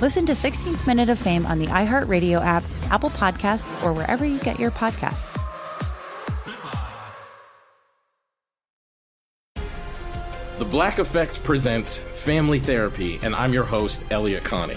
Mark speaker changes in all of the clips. Speaker 1: Listen to 16th Minute of Fame on the iHeartRadio app, Apple Podcasts, or wherever you get your podcasts.
Speaker 2: The Black Effect presents Family Therapy, and I'm your host, Elliot Connie.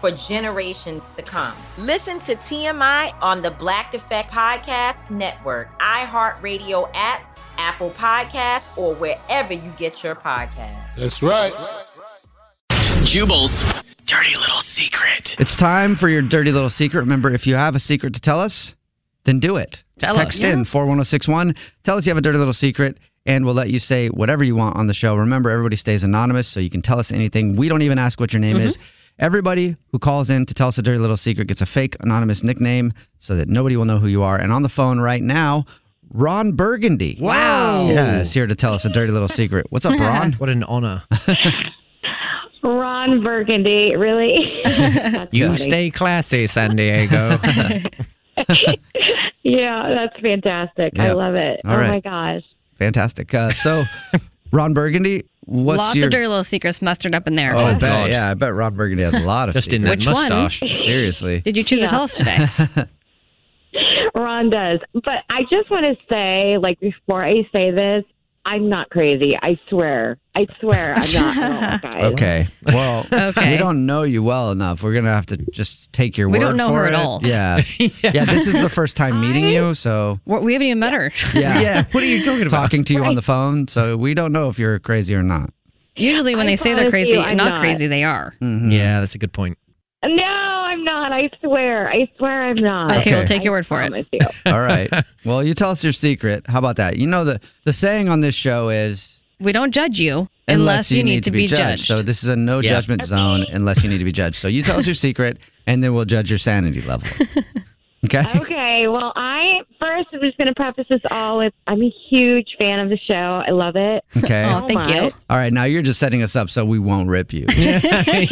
Speaker 3: for generations to come. Listen to TMI on the Black Effect Podcast Network, iHeartRadio app. Apple Podcasts, or wherever you get your podcasts.
Speaker 4: That's right.
Speaker 5: Jubal's dirty little secret.
Speaker 6: It's time for your dirty little secret. Remember, if you have a secret to tell us, then do it.
Speaker 5: Tell
Speaker 6: Text
Speaker 5: us.
Speaker 6: in 41061. Tell us you have a dirty little secret, and we'll let you say whatever you want on the show. Remember, everybody stays anonymous, so you can tell us anything. We don't even ask what your name
Speaker 5: Mm-hmm.
Speaker 6: is. Everybody who calls in to tell us a dirty little secret gets a fake anonymous nickname so that nobody will know who you are. And on the phone right now, Ron Burgundy.
Speaker 5: Wow.
Speaker 6: Yeah, is here to tell us a dirty little secret. What's up, Ron?
Speaker 7: What an honor.
Speaker 8: Ron Burgundy, really? That's
Speaker 7: You
Speaker 8: funny.
Speaker 7: stay classy, San Diego.
Speaker 8: Yeah, that's fantastic. I
Speaker 6: Yeah.
Speaker 8: love it.
Speaker 6: All
Speaker 8: oh
Speaker 6: right.
Speaker 8: my gosh.
Speaker 6: Fantastic. Uh, so, Ron Burgundy, what's
Speaker 9: Lots
Speaker 6: your
Speaker 9: of dirty little secrets mustered up in there.
Speaker 6: Oh, I bet,
Speaker 7: God.
Speaker 6: yeah, I bet Ron Burgundy has a lot of
Speaker 7: Just in
Speaker 6: secrets.
Speaker 7: that
Speaker 9: Which one?
Speaker 7: mustache.
Speaker 6: Seriously.
Speaker 9: Did you choose
Speaker 8: Yeah.
Speaker 9: to tell us today?
Speaker 8: Ron does. But I just want to say, like, before I say this, I'm not crazy. I swear. I swear I'm not. Oh, my God.
Speaker 6: Okay. Well,
Speaker 9: Okay.
Speaker 6: we don't know you well enough. We're gonna have to just take your
Speaker 9: We
Speaker 6: word
Speaker 9: don't know
Speaker 6: for
Speaker 9: her at
Speaker 6: it.
Speaker 9: all.
Speaker 6: Yeah. yeah. This is the first time meeting you, so
Speaker 9: We're- we haven't even met her.
Speaker 6: yeah.
Speaker 7: What are you talking about?
Speaker 6: Talking to you on the phone, so we don't know if you're crazy or not.
Speaker 9: Usually, when
Speaker 8: I
Speaker 9: they say they're
Speaker 8: promise
Speaker 9: crazy,
Speaker 8: you
Speaker 9: not,
Speaker 8: I'm not.
Speaker 9: crazy, they are.
Speaker 7: Yeah, that's a good point.
Speaker 8: No, I'm not. I swear. I swear I'm not.
Speaker 9: Okay,
Speaker 6: Okay.
Speaker 9: we'll take your
Speaker 8: I
Speaker 9: word for it.
Speaker 8: promise you.
Speaker 6: All right. well, you tell us your secret. How about that? You know the the saying on this show is
Speaker 9: We don't judge you unless, you need to be judged.
Speaker 6: So this is a no
Speaker 7: Yeah.
Speaker 6: judgment zone unless you need to be judged. So you tell us your secret, and then we'll judge your sanity level. Okay.
Speaker 8: Okay, well, I first I'm just going to preface this all with I'm a huge fan of the show. I love it.
Speaker 6: Okay.
Speaker 9: oh, thank
Speaker 8: my.
Speaker 9: you.
Speaker 6: All right. Now you're just setting us up so we won't rip you.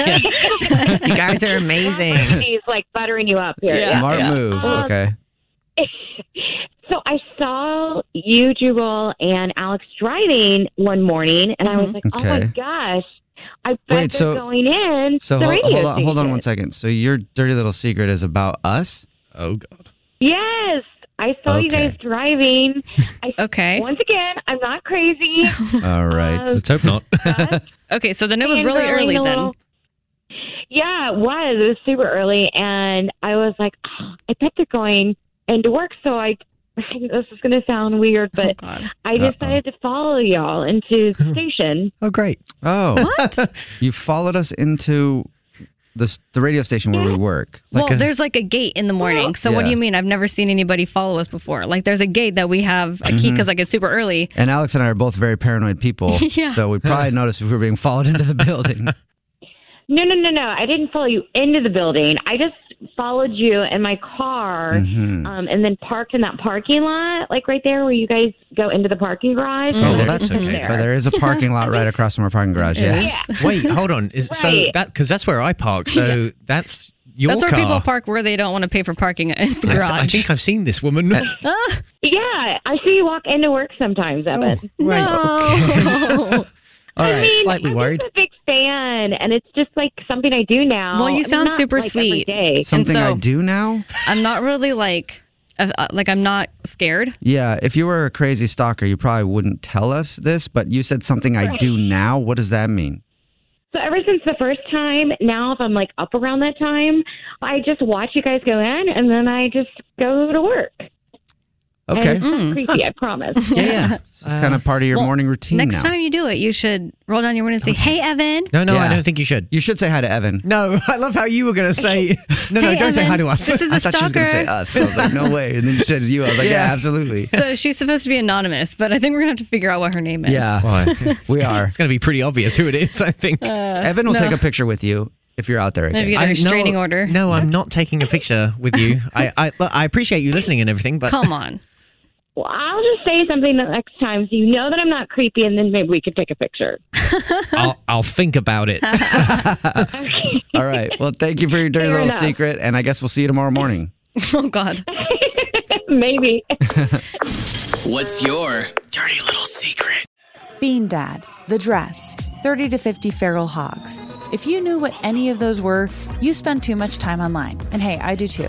Speaker 7: You guys are amazing.
Speaker 8: He's like buttering you up here.
Speaker 6: Smart moves.
Speaker 8: Well,
Speaker 6: Okay.
Speaker 8: So I saw you, Jubal, and Alex driving one morning, and I was like, "Oh my
Speaker 6: Okay.
Speaker 8: gosh, I bet
Speaker 6: Wait,
Speaker 8: they're
Speaker 6: so-
Speaker 8: going in."
Speaker 6: So
Speaker 8: the
Speaker 6: hold,
Speaker 8: radio
Speaker 6: hold on, hold on one
Speaker 8: station."
Speaker 6: second. So your dirty little secret is about us.
Speaker 7: Oh, God.
Speaker 8: Yes, I saw you
Speaker 6: Okay.
Speaker 8: guys driving. I,
Speaker 9: Okay.
Speaker 8: Once again, I'm not crazy.
Speaker 6: All right.
Speaker 8: Uh,
Speaker 7: Let's hope not.
Speaker 8: but
Speaker 9: Okay, so then it was really
Speaker 8: fangirling
Speaker 9: early
Speaker 8: a
Speaker 9: then.
Speaker 8: little- Yeah, it was. It was super early, and I was like, "Oh, I bet they're going into work. So I, this is going to sound weird,
Speaker 9: Oh,
Speaker 8: but
Speaker 9: God.
Speaker 8: I
Speaker 6: Uh-oh.
Speaker 8: decided to follow y'all into the station.
Speaker 7: Oh, great.
Speaker 6: Oh, you followed us into the s- the radio station where we work.
Speaker 7: Like
Speaker 9: well,
Speaker 7: a-
Speaker 9: there's like a gate in the morning. So what
Speaker 6: Yeah.
Speaker 9: do you mean? I've never seen anybody follow us before. Like there's a gate that we have a key because like it's super early.
Speaker 6: And Alex and I are both very paranoid people,
Speaker 9: Yeah.
Speaker 6: so we probably noticed if we were being followed into the building.
Speaker 8: No, no, no, no. I didn't follow you into the building. I just followed you in my car um, and then parked in that parking lot, like right there where you guys go into the parking garage.
Speaker 9: Mm-hmm.
Speaker 7: Oh, well,
Speaker 6: there-
Speaker 7: that's okay.
Speaker 6: But there is a parking lot right across from our parking garage. Yes.
Speaker 7: Wait, hold on. Is, So
Speaker 8: Right.
Speaker 7: that because that's where I park. So that's your
Speaker 9: That's where
Speaker 7: car.
Speaker 9: people park where they don't want to pay for parking in the
Speaker 7: I, th-
Speaker 9: garage.
Speaker 7: I think I've seen this woman.
Speaker 8: Yeah, I see you walk into work sometimes, Evan.
Speaker 7: right.
Speaker 9: Oh.
Speaker 7: Oh, All right.
Speaker 8: I mean,
Speaker 7: Slightly
Speaker 8: I'm
Speaker 7: worried.
Speaker 8: just a big fan, and it's just like something I do now.
Speaker 9: Well, you
Speaker 8: and
Speaker 9: sound
Speaker 8: not,
Speaker 9: super
Speaker 8: like, every
Speaker 9: sweet.
Speaker 8: day.
Speaker 9: And
Speaker 6: Something I
Speaker 9: so-
Speaker 6: do now?
Speaker 9: I'm not really like, uh, uh, like I'm not scared.
Speaker 6: Yeah, if you were a crazy stalker, you probably wouldn't tell us this, but you said something I do now. What does that mean?
Speaker 8: So ever since the first time, now if I'm like up around that time, I just watch you guys go in, and then I just go to work. And
Speaker 9: mm,
Speaker 6: Okay.
Speaker 8: it's not creepy, I promise.
Speaker 6: Yeah, yeah. It's
Speaker 7: Um,
Speaker 6: kind of part of your morning routine
Speaker 9: Next
Speaker 6: now.
Speaker 9: time you do it, you should roll down your window and say, "Hey, Evan."
Speaker 7: No, no, I don't think you should.
Speaker 6: You should say hi to Evan.
Speaker 7: No, I love how you were going to say. No, no,
Speaker 9: Hey,
Speaker 7: don't say hi
Speaker 9: Evan,
Speaker 7: to us.
Speaker 9: this is a
Speaker 6: I thought she was going to say
Speaker 9: stalker.
Speaker 6: us. I was like, no way. And then you said you. I was like, yeah,
Speaker 7: Yeah.
Speaker 6: absolutely.
Speaker 9: So she's supposed to be anonymous, but I think we're gonna have to figure out what her name is.
Speaker 7: Uh,
Speaker 6: Yeah,
Speaker 7: Why?
Speaker 6: we are.
Speaker 7: It's going to be pretty obvious who it is, I think.
Speaker 9: Uh,
Speaker 6: Evan will
Speaker 9: no.
Speaker 6: take a picture with you if you're out there again.
Speaker 9: Maybe get a
Speaker 7: I-
Speaker 9: restraining
Speaker 7: no,
Speaker 9: order.
Speaker 7: No, I'm not taking a picture with you. I, I, look, I appreciate you listening and everything, but
Speaker 9: Come on.
Speaker 8: Well, I'll just say something the next time so you know that I'm not creepy, and then maybe we could take a picture.
Speaker 7: I'll, I'll think about it.
Speaker 6: All right. Well, thank you for your dirty
Speaker 8: Fair
Speaker 6: little
Speaker 8: enough.
Speaker 6: secret, and I guess we'll see you tomorrow morning.
Speaker 9: Oh God.
Speaker 8: maybe.
Speaker 5: What's your dirty little secret?
Speaker 1: Bean Dad, The Dress, 30 to 50 Feral Hogs. If you knew what any of those were, you spend too much time online. And hey, I do too.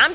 Speaker 3: I'm